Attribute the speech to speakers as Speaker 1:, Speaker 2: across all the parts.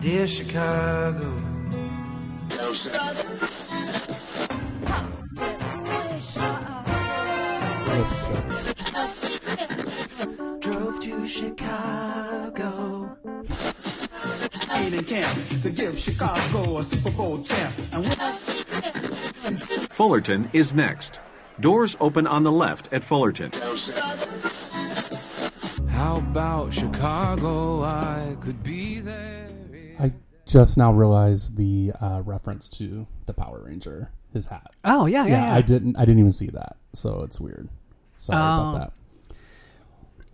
Speaker 1: Dear Chicago. Drove to Chicago.
Speaker 2: Ain't in camp to give Chicago a Super Bowl champ. And we-
Speaker 3: Fullerton is next. Doors open on the left at Fullerton.
Speaker 1: How about Chicago? I could be there.
Speaker 4: I just now realized the uh, reference to the Power Ranger, his hat.
Speaker 5: Oh yeah, yeah. yeah.
Speaker 4: I didn't. I didn't even see that, so it's weird. Sorry
Speaker 5: Oh.
Speaker 4: about that.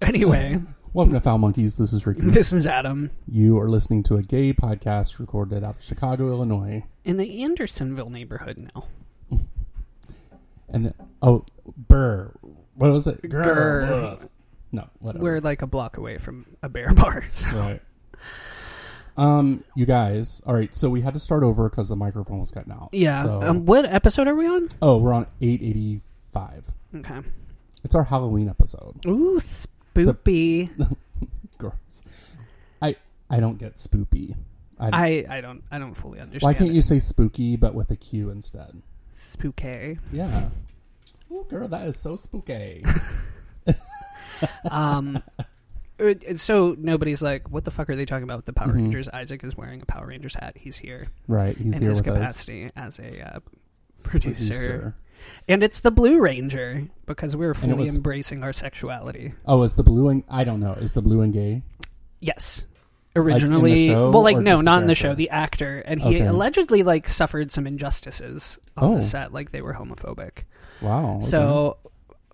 Speaker 5: Anyway,
Speaker 4: Welcome to Foul Monkeys. This is Ricky.
Speaker 5: this is Adam
Speaker 4: you are listening to a gay podcast recorded out of Chicago, Illinois.
Speaker 5: in the Andersonville neighborhood now.
Speaker 4: And the, oh, burr. What was it? Grr.
Speaker 5: Grr.
Speaker 4: Ugh. No, whatever.
Speaker 5: We're like a block away from a bear bar. So.
Speaker 4: Right. Um, you guys. All right. So we had to start over because the microphone was cutting out.
Speaker 5: Yeah.
Speaker 4: So,
Speaker 5: Um, what episode are we on?
Speaker 4: oh, we're on eight eighty five.
Speaker 5: Okay.
Speaker 4: It's our Halloween episode.
Speaker 5: Ooh, spoopy.
Speaker 4: Gross. I I don't get spoopy. I,
Speaker 5: I I don't I don't fully understand.
Speaker 4: why can't
Speaker 5: it.
Speaker 4: you say spooky but with a Q instead?
Speaker 5: spooky?
Speaker 4: Yeah. Oh, girl, that is so spooky.
Speaker 5: Um. it- it's So nobody's like, what the fuck are they talking about with the Power Rangers? Isaac is wearing a Power Rangers hat. He's here
Speaker 4: right. Mm-hmm. He's
Speaker 5: in
Speaker 4: here
Speaker 5: his
Speaker 4: with
Speaker 5: capacity as a uh,
Speaker 4: us.
Speaker 5: producer.
Speaker 4: Producer.
Speaker 5: and it's the Blue Ranger because we're
Speaker 4: it
Speaker 5: fully
Speaker 4: was-
Speaker 5: embracing our sexuality.
Speaker 4: Oh, is the blue and I don't know. Is the blue and gay?
Speaker 5: Yes.
Speaker 4: in the
Speaker 5: Originally,
Speaker 4: show
Speaker 5: well, like
Speaker 4: or
Speaker 5: no,
Speaker 4: just the
Speaker 5: not in the
Speaker 4: character?
Speaker 5: show. The actor, and he
Speaker 4: Okay.
Speaker 5: allegedly like suffered some injustices on
Speaker 4: Oh.
Speaker 5: the set, like they were homophobic.
Speaker 4: Wow. okay.
Speaker 5: So,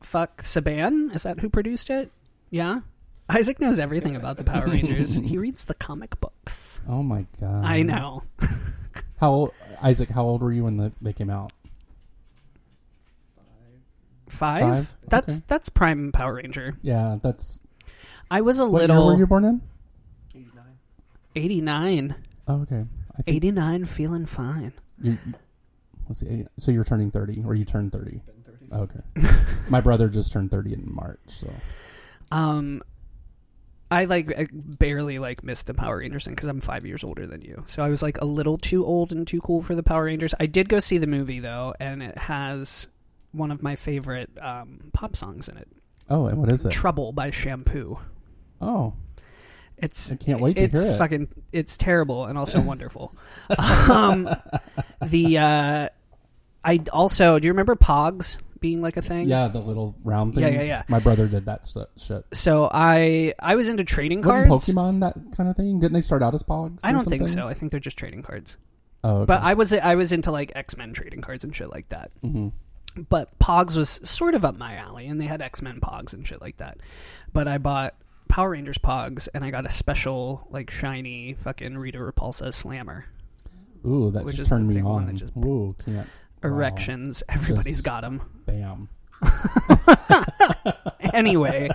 Speaker 5: fuck Saban. Is that who produced it? Yeah, Isaac knows everything about the Power Rangers. he reads the comic books.
Speaker 4: Oh my god.
Speaker 5: I know.
Speaker 4: How old, Isaac? How old were you when the, they came out?
Speaker 5: Five.
Speaker 4: Five?
Speaker 5: That's
Speaker 4: Okay.
Speaker 5: that's prime Power Ranger.
Speaker 4: Yeah, that's
Speaker 5: I was a
Speaker 4: what year were
Speaker 5: little
Speaker 4: you born in?
Speaker 5: 89.
Speaker 4: Oh, okay. I think
Speaker 5: 89 feeling fine.
Speaker 4: you, you- let's see. eight- So you're turning thirty, or you turned thirty? Okay. My brother just turned thirty in March. So
Speaker 5: Um, I like I barely like missed the Power Rangers thing because I'm five years older than you, so I was like a little too old and too cool for the Power Rangers. I did go see the movie though, and it has one of my favorite um, pop songs in it,
Speaker 4: oh, and what is it?
Speaker 5: "Trouble" by Shampoo.
Speaker 4: oh,
Speaker 5: It's
Speaker 4: I can't wait to
Speaker 5: it's
Speaker 4: hear it.
Speaker 5: fucking it's terrible and also wonderful. um, the uh, I also do you remember Pogs being like a thing?
Speaker 4: yeah, the little round
Speaker 5: Yeah,
Speaker 4: things.
Speaker 5: yeah, yeah.
Speaker 4: My brother did that stu- shit.
Speaker 5: So I I was into trading
Speaker 4: Wouldn't
Speaker 5: cards.
Speaker 4: Pokemon that kind of thing? Didn't they start out as Pogs?
Speaker 5: I
Speaker 4: or
Speaker 5: don't think
Speaker 4: something?
Speaker 5: so. I think they're just trading cards.
Speaker 4: Oh, okay.
Speaker 5: But I was I was into like X Men trading cards and shit like that.
Speaker 4: Mm-hmm.
Speaker 5: But Pogs was sort of up my alley, and they had X Men Pogs and shit like that. But I bought Power Rangers Pogs, and I got a special like shiny fucking Rita Repulsa Slammer
Speaker 4: ooh, that
Speaker 5: which
Speaker 4: just
Speaker 5: is the
Speaker 4: turned me
Speaker 5: big one that
Speaker 4: on.
Speaker 5: just-
Speaker 4: Ooh, can't. wow.
Speaker 5: erections. Everybody's
Speaker 4: Just-
Speaker 5: got 'em.
Speaker 4: Bam.
Speaker 5: got them. Anyway,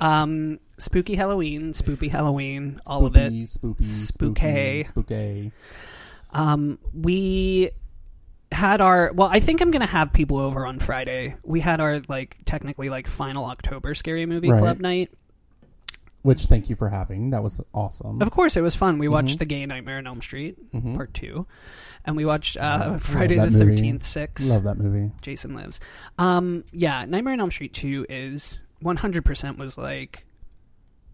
Speaker 5: um, spooky Halloween, spoopy Halloween, all of
Speaker 4: Spoopy,
Speaker 5: it.
Speaker 4: Spoopy,
Speaker 5: Spookay.
Speaker 4: spooky, spooky.
Speaker 5: Um, we had our well i think i'm gonna have people over on friday we had our like technically like final october scary movie
Speaker 4: Right.
Speaker 5: club night
Speaker 4: Which thank you for having. That was awesome.
Speaker 5: Of course, it was fun. We
Speaker 4: Mm-hmm.
Speaker 5: watched the Gay Nightmare on Elm Street Part Two, and we watched uh, Friday the
Speaker 4: Ah, that movie.
Speaker 5: Thirteenth Six.
Speaker 4: Love that movie.
Speaker 5: Jason Lives. Um, yeah, Nightmare on Elm Street Two is one hundred percent was like,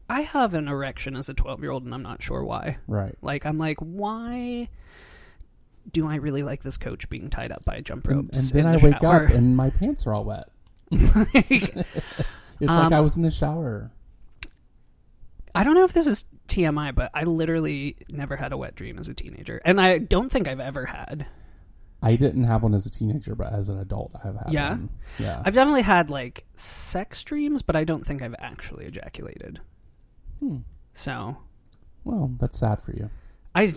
Speaker 5: I have an erection as a twelve year old, and I'm not sure why.
Speaker 4: Right.
Speaker 5: Like, I'm like, why do I really like this coach being tied up by jump
Speaker 4: And,
Speaker 5: ropes?
Speaker 4: and then
Speaker 5: in
Speaker 4: I
Speaker 5: the
Speaker 4: wake
Speaker 5: shower?
Speaker 4: up and my pants are all wet. It's like I
Speaker 5: Um,
Speaker 4: was in the shower.
Speaker 5: I don't know if this is TMI, but I literally never had a wet dream as a teenager, and I don't think I've ever had.
Speaker 4: I didn't have one as a teenager, but as an adult, I've had
Speaker 5: Yeah?
Speaker 4: one. Yeah.
Speaker 5: I've definitely had like sex dreams, but I don't think I've actually ejaculated.
Speaker 4: Hmm.
Speaker 5: So
Speaker 4: Well, that's sad for you.
Speaker 5: I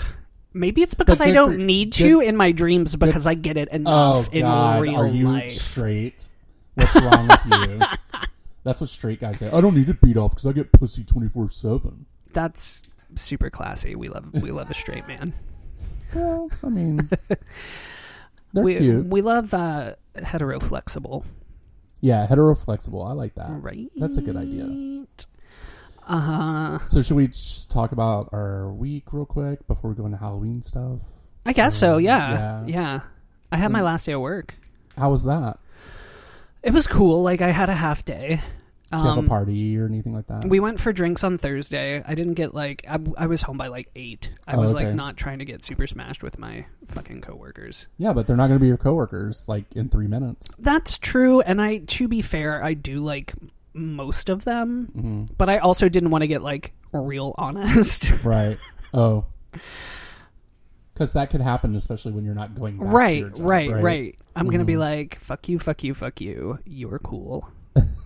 Speaker 5: maybe it's because I
Speaker 4: good
Speaker 5: don't
Speaker 4: for-
Speaker 5: need
Speaker 4: good-
Speaker 5: to in my dreams because I get it
Speaker 4: Oh
Speaker 5: enough in
Speaker 4: God,
Speaker 5: real
Speaker 4: are you
Speaker 5: life.
Speaker 4: straight? What's wrong with you? That's what straight guys say. I don't need to beat off because I get pussy twenty four seven.
Speaker 5: That's super classy. We love we love a straight man.
Speaker 4: Well, I mean, they're
Speaker 5: we
Speaker 4: cute.
Speaker 5: we love uh, hetero flexible,
Speaker 4: yeah, hetero flexible. I like that.
Speaker 5: right?
Speaker 4: That's a good idea.
Speaker 5: Uh huh.
Speaker 4: So should we just talk about our week real quick before we go into Halloween stuff?
Speaker 5: I guess so. Yeah.
Speaker 4: Um, yeah. Hmm.
Speaker 5: Yeah. I had my last day of work.
Speaker 4: How was that?
Speaker 5: It was cool. Like I had a half day.
Speaker 4: Did you have a party or anything like that?
Speaker 5: Um, We went for drinks on Thursday. I didn't get like I, I was home by like eight. I
Speaker 4: Oh,
Speaker 5: was like
Speaker 4: okay.
Speaker 5: not trying to get super smashed with my fucking coworkers.
Speaker 4: yeah, but they're not going to be your coworkers like in three minutes.
Speaker 5: That's true, and I to be fair, I do like most of them,
Speaker 4: Mm-hmm.
Speaker 5: but I also didn't want to get like real honest.
Speaker 4: Right. Oh. Because that could happen, especially when you're not going back to
Speaker 5: right,
Speaker 4: your job, Mm-hmm.
Speaker 5: right, right, I'm gonna be like, fuck you, fuck you, fuck you. You're cool.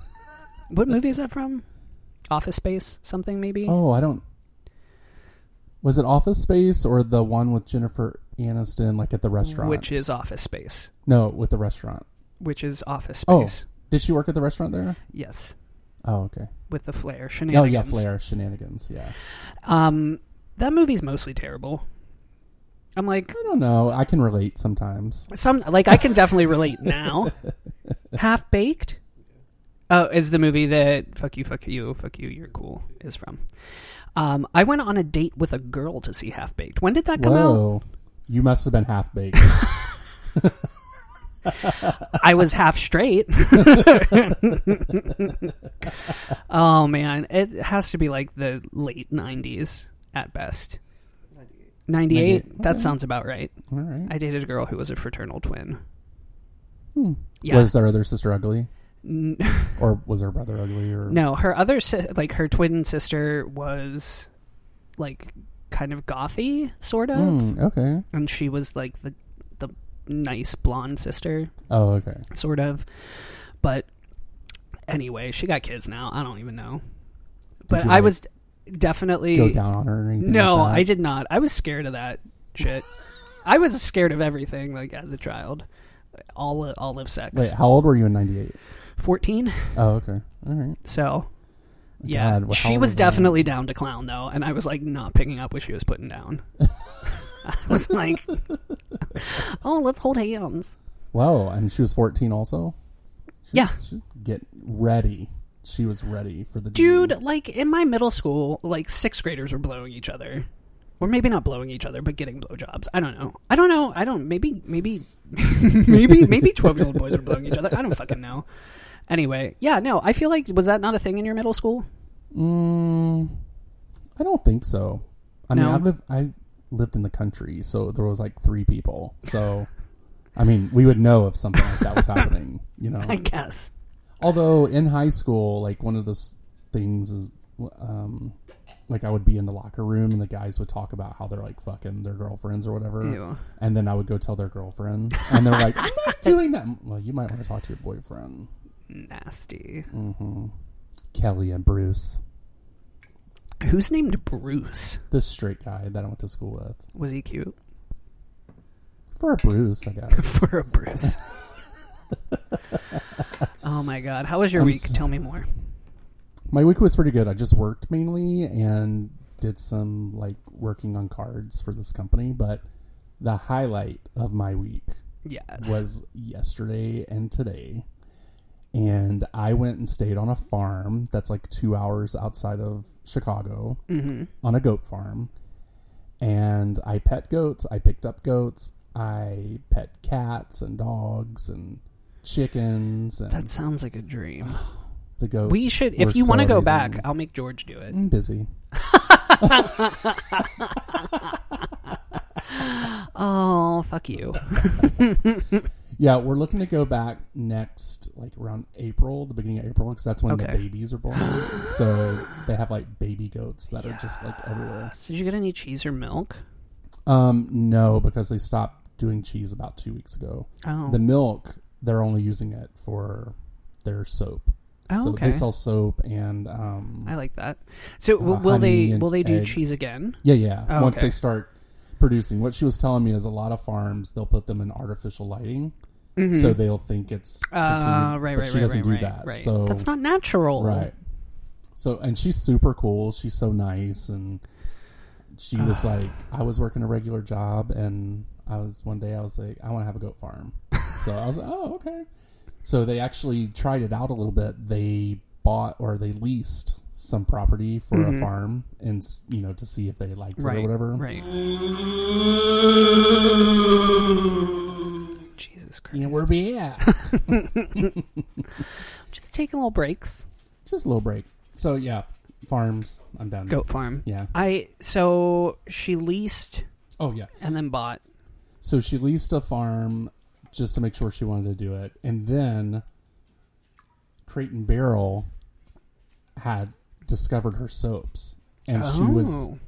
Speaker 5: what movie is that from? Office Space, something maybe.
Speaker 4: Oh, I don't. Was it Office Space or the one with Jennifer Aniston, like at the restaurant?
Speaker 5: Which is Office Space.
Speaker 4: no, with the restaurant.
Speaker 5: Which is Office
Speaker 4: Oh,
Speaker 5: Space.
Speaker 4: did she work at the restaurant there?
Speaker 5: Yes.
Speaker 4: Oh, okay.
Speaker 5: With the flare
Speaker 4: Oh,
Speaker 5: shenanigans.
Speaker 4: yeah, Flair shenanigans. Yeah,
Speaker 5: Um, that movie's mostly terrible. I'm like
Speaker 4: I don't know. I can relate sometimes.
Speaker 5: some like I can definitely relate now. Half baked. Oh, is the movie that "fuck you, fuck you, fuck you, you're cool" is from? Um, I went on a date with a girl to see Half Baked. When did that come out?
Speaker 4: Whoa, you must have been half baked.
Speaker 5: I was half straight. oh man, it has to be like the late '90s at best. '98.
Speaker 4: 98,
Speaker 5: That
Speaker 4: okay.
Speaker 5: sounds about right.
Speaker 4: All right.
Speaker 5: I dated a girl who was a fraternal twin. Yeah.
Speaker 4: Hmm. Was their other sister ugly, or was her brother ugly? Or
Speaker 5: No, her other si- like her twin sister was like kind of gothy sort of,
Speaker 4: Hmm, okay.
Speaker 5: and she was like the the nice blonde sister
Speaker 4: Oh, okay.
Speaker 5: sort of. But anyway, she got kids now. I don't even know. But
Speaker 4: you,
Speaker 5: I
Speaker 4: like,
Speaker 5: was definitely
Speaker 4: Go down on her or anything?
Speaker 5: No,
Speaker 4: like that?
Speaker 5: I did not. I was scared of that shit. I was scared of everything like as a child. All all of sex.
Speaker 4: Wait, how old were you in '98?
Speaker 5: 14.
Speaker 4: Oh, okay. All right.
Speaker 5: So, yeah,
Speaker 4: Oh God, wh- how
Speaker 5: she
Speaker 4: old
Speaker 5: was
Speaker 4: was I?
Speaker 5: definitely down to clown though, and I was like not picking up what she was putting down. I was like, "Oh, let's hold hands."
Speaker 4: Wow, and she was 14 also.
Speaker 5: Yeah,
Speaker 4: She get ready. She was ready for the
Speaker 5: dude. Like in my middle school, like sixth graders were blowing each other, or maybe not blowing each other, but getting blowjobs. I don't know. I don't know. I don't. Maybe. Maybe. maybe. Maybe twelve year old boys were blowing each other. I don't fucking know. Anyway, yeah, no. I feel like was that not a thing in your middle school?
Speaker 4: Mm, I don't think so. I mean,
Speaker 5: No?
Speaker 4: I live I lived in the country, so there was like three people. So, I mean, we would know if something like that was happening. You know,
Speaker 5: I guess.
Speaker 4: Although in high school, like one of those things is, um, like I would be in the locker room and the guys would talk about how they're like fucking their girlfriends or whatever,
Speaker 5: Ew.
Speaker 4: and then I would go tell their girlfriend, and they're like, "I'm not doing that." Well, you might want to talk to your boyfriend,
Speaker 5: Nasty.
Speaker 4: Kelly and Bruce,
Speaker 5: Who's named Bruce?
Speaker 4: this straight guy that I went to school with.
Speaker 5: Was he cute?
Speaker 4: For a Bruce, I guess.
Speaker 5: For a Bruce. oh my god. How was your
Speaker 4: I'm
Speaker 5: week?
Speaker 4: so-
Speaker 5: Tell me more.
Speaker 4: My week was pretty good. I just worked mainly and did some like working on cards for this company, but the highlight of my week
Speaker 5: Yes.
Speaker 4: was yesterday and today. And I went and stayed on a farm that's like two hours outside of Chicago
Speaker 5: Mm-hmm.
Speaker 4: on a goat farm. And I pet goats. I picked up goats. I pet cats and dogs and chickens and
Speaker 5: that sounds like a dream.
Speaker 4: the goats.
Speaker 5: We should
Speaker 4: were
Speaker 5: if you want to
Speaker 4: so
Speaker 5: go
Speaker 4: amazing.
Speaker 5: back, I'll make George do it.
Speaker 4: I'm busy.
Speaker 5: Oh, fuck you.
Speaker 4: Yeah, we're looking to go back next, like around April, the beginning of April, because that's when
Speaker 5: Okay.
Speaker 4: the babies are born. so they have like baby goats that are just like everywhere.
Speaker 5: Did you get any cheese or milk?
Speaker 4: Um, no, because they stopped doing cheese about two weeks ago.
Speaker 5: Oh.
Speaker 4: The milk, they're only using it for their soap.
Speaker 5: Oh,
Speaker 4: so
Speaker 5: okay.
Speaker 4: they sell soap and um,
Speaker 5: I like that. So w-
Speaker 4: Uh,
Speaker 5: will
Speaker 4: honey
Speaker 5: they
Speaker 4: and
Speaker 5: will they do
Speaker 4: eggs.
Speaker 5: cheese again?
Speaker 4: yeah, yeah.
Speaker 5: Oh,
Speaker 4: Once
Speaker 5: okay.
Speaker 4: they start producing, what she was telling me is a lot of farms they'll put them in artificial lighting, so they'll think it's
Speaker 5: Uh,
Speaker 4: continued,
Speaker 5: Mm-hmm. right,
Speaker 4: but
Speaker 5: right,
Speaker 4: She
Speaker 5: right,
Speaker 4: doesn't
Speaker 5: right,
Speaker 4: do
Speaker 5: right,
Speaker 4: that,
Speaker 5: right.
Speaker 4: so
Speaker 5: That's not natural.
Speaker 4: Right. So and she's super cool. She's so nice and she was like I was working a regular job and I was one day I was like I want to have a goat farm. so I was like oh okay. So they actually tried it out a little bit. They bought or they leased some property for a farm and s- you know to see if they liked it or
Speaker 5: Mm-hmm. Right.
Speaker 4: whatever.
Speaker 5: Right. Jesus Christ.
Speaker 4: You know where we at?
Speaker 5: Just taking little breaks.
Speaker 4: Just a little break. So yeah, farms. I'm down.
Speaker 5: Goat farm.
Speaker 4: Yeah.
Speaker 5: I so she leased
Speaker 4: Oh yeah.
Speaker 5: and then bought.
Speaker 4: So she leased a farm just to make sure she wanted to do it, and then Crate and Barrel had discovered her soaps, and she was
Speaker 5: Oh.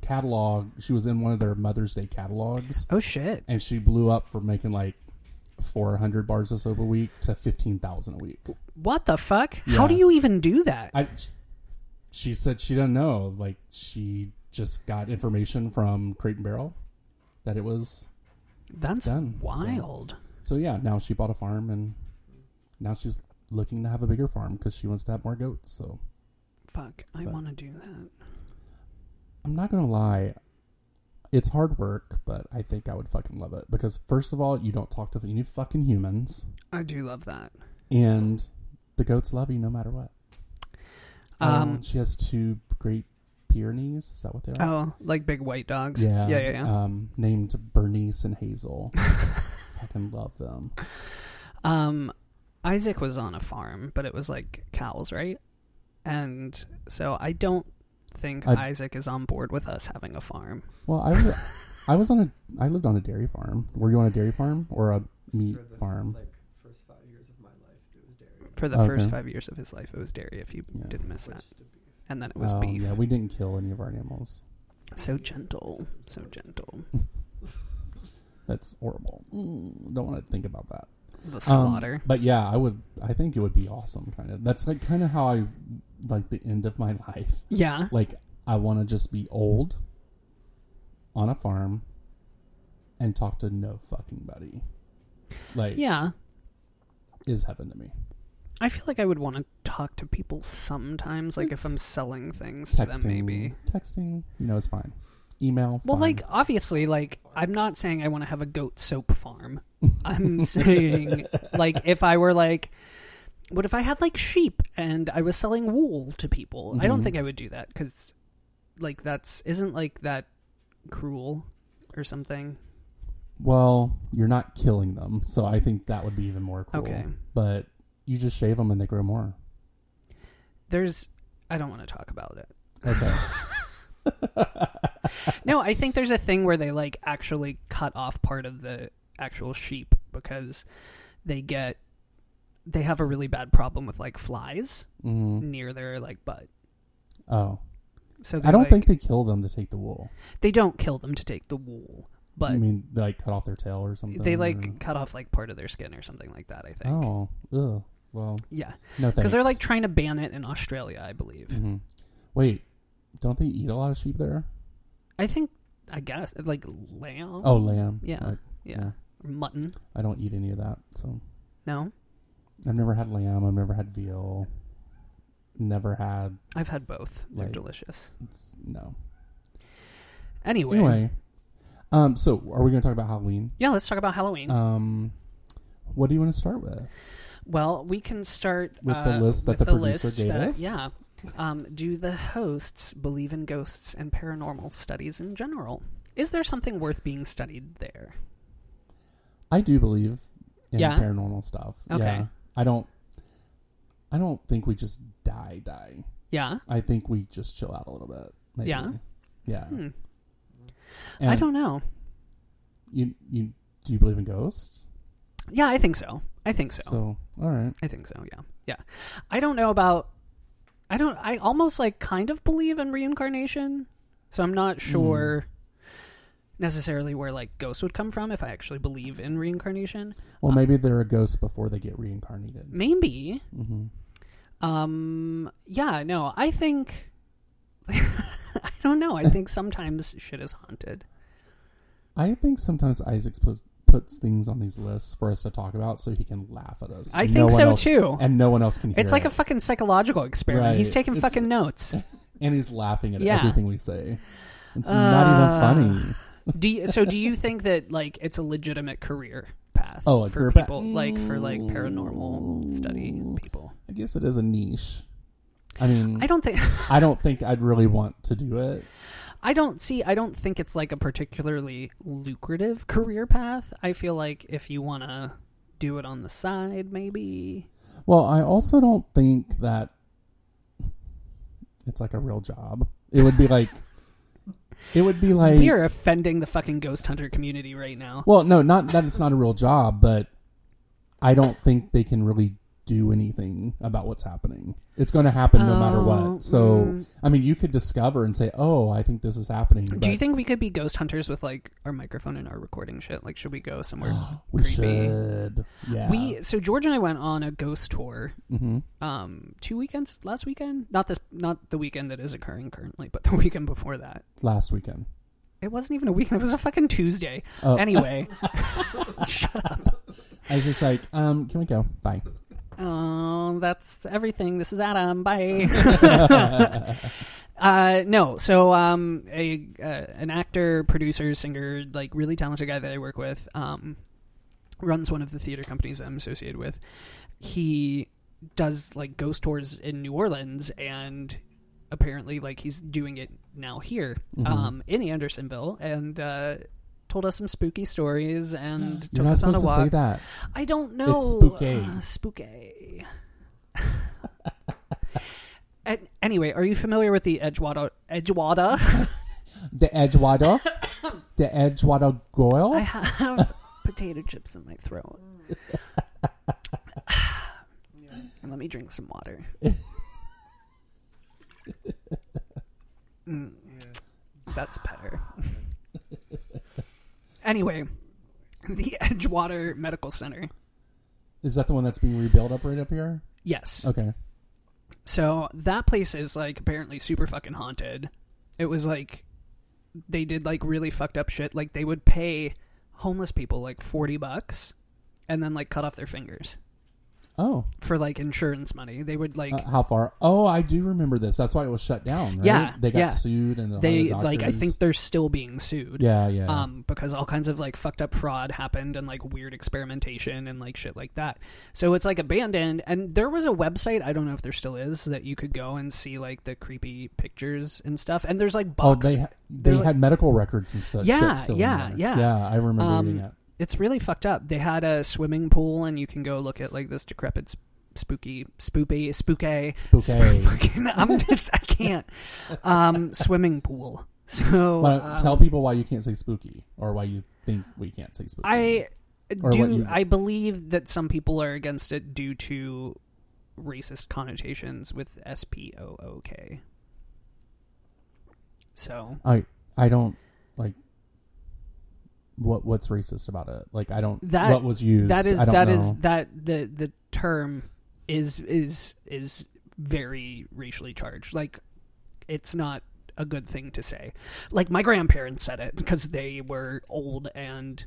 Speaker 4: catalog. She was in one of their Mother's Day catalogs,
Speaker 5: Oh shit.
Speaker 4: and she blew up for making like. 400 bars of soap a week to 15,000 a week.
Speaker 5: What the fuck? How do
Speaker 4: Yeah.
Speaker 5: you even do that?
Speaker 4: I, she said she doesn't know. Like she just got information from Crate and Barrel that it was.
Speaker 5: That's
Speaker 4: done, so-
Speaker 5: wild.
Speaker 4: So yeah, now she bought a farm and now she's looking to have a bigger farm because she wants to have more goats. So
Speaker 5: Fuck. I want to do that.
Speaker 4: I'm not gonna lie, it's hard work, but I think I would fucking love it because first of all, you don't talk to any fucking humans,
Speaker 5: I do love that.
Speaker 4: and the goats love you no matter what.
Speaker 5: Um,
Speaker 4: she has two great Pyrenees. Is that what they are?
Speaker 5: Oh, like big white dogs.
Speaker 4: Yeah,
Speaker 5: Yeah. Yeah. yeah.
Speaker 4: Um, named Bernice and Hazel. Fucking love them. Uh,
Speaker 5: Um, Isaac was on a farm, but it was like cows, right? And so I don't think
Speaker 4: I-
Speaker 5: Isaac is on board with us having a farm.
Speaker 4: Well, I, was- I was on a, I lived on a dairy farm. Were you on a dairy farm or a meat
Speaker 6: For the,
Speaker 4: farm?
Speaker 6: Like first five years of my life, it was dairy.
Speaker 5: For the
Speaker 4: Okay.
Speaker 5: first five years of his life, it was dairy, if you
Speaker 4: Yeah.
Speaker 5: didn't miss that.
Speaker 6: Switched to beef.
Speaker 5: And then it was
Speaker 4: Oh,
Speaker 5: beef.
Speaker 4: Yeah, we didn't kill any of our animals.
Speaker 5: So gentle. So gentle.
Speaker 4: That's horrible. Mm, don't want to think about that.
Speaker 5: The
Speaker 4: Um,
Speaker 5: slaughter.
Speaker 4: but yeah, I would. I think it would be awesome. Kind of. That's like kind of how I like the end of my life.
Speaker 5: yeah.
Speaker 4: Like I want to just be old on a farm and talk to no fucking buddy. Like
Speaker 5: Yeah.
Speaker 4: is heaven to me.
Speaker 5: I feel like I would want to talk to people sometimes, like if I'm selling things to
Speaker 4: Texting,
Speaker 5: them, maybe.
Speaker 4: texting. You know, it's fine. Email.
Speaker 5: Well,
Speaker 4: fine.
Speaker 5: like obviously, like I'm not saying I want to have a goat soap farm. I'm saying like if I were like, what if I had like sheep and I was selling wool to people? I don't think I would do that because, like, that's isn't like that cruel or something.
Speaker 4: Well, you're not killing them, so I think that would be even more cruel.
Speaker 5: Okay.
Speaker 4: But you just shave them and they grow more.
Speaker 5: There's I don't want to talk about it.
Speaker 4: Okay.
Speaker 5: No, I think there's a thing where they like actually cut off part of the actual sheep because they get they have a really bad problem with like flies
Speaker 4: mm.
Speaker 5: near their like butt.
Speaker 4: Oh,
Speaker 5: So
Speaker 4: I don't
Speaker 5: like-
Speaker 4: think they kill them to take the wool.
Speaker 5: they don't kill them to take the wool, but
Speaker 4: I mean, they like cut off their tail or something.
Speaker 5: they
Speaker 4: or-
Speaker 5: like cut off like part of their skin or something like that. I think.
Speaker 4: Oh, ugh. Well,
Speaker 5: Yeah,
Speaker 4: no thanks.
Speaker 5: because they're like trying to ban it in Australia, I believe.
Speaker 4: Mhm. Wait, don't they eat a lot of sheep there?
Speaker 5: I think, I guess, like lamb.
Speaker 4: Oh, lamb.
Speaker 5: yeah,
Speaker 4: Like,
Speaker 5: yeah, mutton.
Speaker 4: I don't eat any of that, so
Speaker 5: No,
Speaker 4: I've never had lamb. I've never had veal. Never had
Speaker 5: I've had both. They're
Speaker 4: Right.
Speaker 5: delicious.
Speaker 4: it's- no.
Speaker 5: Anyway,
Speaker 4: Anyway, um, so are we going to talk about Halloween?
Speaker 5: yeah, let's talk about Halloween.
Speaker 4: Um, what do you want to start with?
Speaker 5: well, we can start
Speaker 4: with the
Speaker 5: uh,
Speaker 4: list that
Speaker 5: with
Speaker 4: the producer
Speaker 5: list
Speaker 4: gave
Speaker 5: that-
Speaker 4: us?
Speaker 5: Yeah. Um, do the hosts believe in ghosts and paranormal studies in general? Is there something worth being studied there?
Speaker 4: I do believe in
Speaker 5: Yeah?
Speaker 4: paranormal stuff.
Speaker 5: Okay.
Speaker 4: Yeah. I don't. I don't think we just die. Die.
Speaker 5: Yeah.
Speaker 4: I think we just chill out a little bit. maybe.
Speaker 5: Yeah?
Speaker 4: Yeah.
Speaker 5: Hmm.
Speaker 4: And
Speaker 5: I don't know.
Speaker 4: You you do you believe in ghosts?
Speaker 5: Yeah, I think so. I think so.
Speaker 4: So all right.
Speaker 5: I think so. Yeah, yeah. I don't know about. I don't. I almost like kind of believe in reincarnation, so I'm
Speaker 4: Hmm.
Speaker 5: not sure necessarily where like ghosts would come from if I actually believe in reincarnation.
Speaker 4: Well, maybe they're a ghost before they get reincarnated.
Speaker 5: Maybe.
Speaker 4: hmm
Speaker 5: Um. Yeah. No. I think. I don't know. I think sometimes shit is haunted.
Speaker 4: I think sometimes Isaac puts puts things on these lists for us to talk about so he can laugh at us.
Speaker 5: I
Speaker 4: And
Speaker 5: think
Speaker 4: no one
Speaker 5: so,
Speaker 4: else-
Speaker 5: too.
Speaker 4: And no one else can hear.
Speaker 5: It's like
Speaker 4: it.
Speaker 5: a fucking psychological experiment. He's
Speaker 4: Right.
Speaker 5: taking
Speaker 4: It's-
Speaker 5: fucking notes.
Speaker 4: and he's laughing at
Speaker 5: Yeah. Uh.
Speaker 4: everything we say. It's not even funny.
Speaker 5: Do you, so? Do you think that like it's a legitimate career path?
Speaker 4: Oh, a
Speaker 5: for
Speaker 4: career path.
Speaker 5: people like for like paranormal study people.
Speaker 4: I guess it is a niche. I mean,
Speaker 5: I don't think
Speaker 4: I don't think I'd really want to do it.
Speaker 5: I don't see I don't think it's like a particularly lucrative career path. I feel like if you want to do it on the side maybe
Speaker 4: Well, I also don't think that it's like a real job. It would be like it would be like
Speaker 5: we are offending the fucking ghost hunter community right now.
Speaker 4: well, no, not that it's not a real job, but I don't think they can really do anything about what's happening. It's going to happen no matter
Speaker 5: Oh,
Speaker 4: what. So,
Speaker 5: mm.
Speaker 4: I mean, you could discover and say, "Oh, I think this is happening."
Speaker 5: Do you
Speaker 4: but
Speaker 5: think we could be ghost hunters with like our microphone and our recording shit? Like, should we go somewhere
Speaker 4: we
Speaker 5: creepy?
Speaker 4: should? Oh, Yeah.
Speaker 5: We so George and I went on a ghost tour
Speaker 4: hmm
Speaker 5: um two weekends last weekend. Not this, not the weekend that is occurring currently, but the weekend before that.
Speaker 4: last weekend.
Speaker 5: It wasn't even a weekend. It was a fucking Tuesday.
Speaker 4: Oh.
Speaker 5: Anyway, shut up.
Speaker 4: I was just like, um, "Can we go?" Bye.
Speaker 5: Oh, that's everything. This is Adam. Bye. uh, no, so um, a uh, an actor, producer, singer, like really talented guy that I work with, um, runs one of the theater companies I'm associated with. He does like ghost tours in New Orleans, and apparently, like he's doing it now here
Speaker 4: Mm-hmm.
Speaker 5: um, in Andersonville, and. Uh, Told us some spooky stories and took
Speaker 4: You're not
Speaker 5: us on
Speaker 4: supposed
Speaker 5: a
Speaker 4: to
Speaker 5: walk.
Speaker 4: say that.
Speaker 5: I don't know.
Speaker 4: spooky.
Speaker 5: Uh, spooky. An- anyway, are you familiar with the Edgewater? Edgewater?
Speaker 4: The Edgewater. the Edgewater Goyle.
Speaker 5: I have potato chips in my throat. And Let me drink some water. Mm, That's better. anyway, the Edgewater Medical Center.
Speaker 4: Is that the one that's being rebuilt up right up here?
Speaker 5: Yes.
Speaker 4: Okay.
Speaker 5: So that place is like apparently super fucking haunted. It was like they did like really fucked up shit. Like they would pay homeless people like 40 bucks and then like cut off their fingers
Speaker 4: Oh,
Speaker 5: for like insurance money. They would like
Speaker 4: uh, how far? Oh, I do remember this. That's why it was shut down. Right?
Speaker 5: Yeah,
Speaker 4: they got
Speaker 5: yeah.
Speaker 4: sued and all
Speaker 5: they
Speaker 4: the doctors.
Speaker 5: like I think they're still being sued.
Speaker 4: yeah, yeah.
Speaker 5: Um, because all kinds of like fucked up fraud happened and like weird experimentation and like shit like that. So it's like abandoned. And there was a website, I don't know if there still is, that you could go and see like the creepy pictures and stuff. And there's like
Speaker 4: oh,
Speaker 5: books.
Speaker 4: they ha- they
Speaker 5: there's,
Speaker 4: had
Speaker 5: like-
Speaker 4: medical records and stuff.
Speaker 5: Yeah,
Speaker 4: shit still in
Speaker 5: yeah,
Speaker 4: there.
Speaker 5: yeah.
Speaker 4: Yeah, I remember reading
Speaker 5: um,
Speaker 4: it.
Speaker 5: it's really fucked up. They had a swimming pool, and you can go look at like this decrepit, sp- spooky, spoopy, spooky,
Speaker 4: Spooky.
Speaker 5: fucking- I'm just, I can't. Um, swimming pool. So
Speaker 4: Well,
Speaker 5: um,
Speaker 4: tell people why you can't say spooky or why you think we can't say spooky.
Speaker 5: I
Speaker 4: Or what
Speaker 5: do.
Speaker 4: you-
Speaker 5: I believe that some people are against it due to racist connotations with S P O O K. So
Speaker 4: I I don't like what what's racist about it. Like I don't
Speaker 5: that
Speaker 4: what was used.
Speaker 5: That is
Speaker 4: I don't
Speaker 5: that
Speaker 4: know.
Speaker 5: is- that the the term is is is very racially charged. Like it's not a good thing to say. Like my grandparents said it because they were old and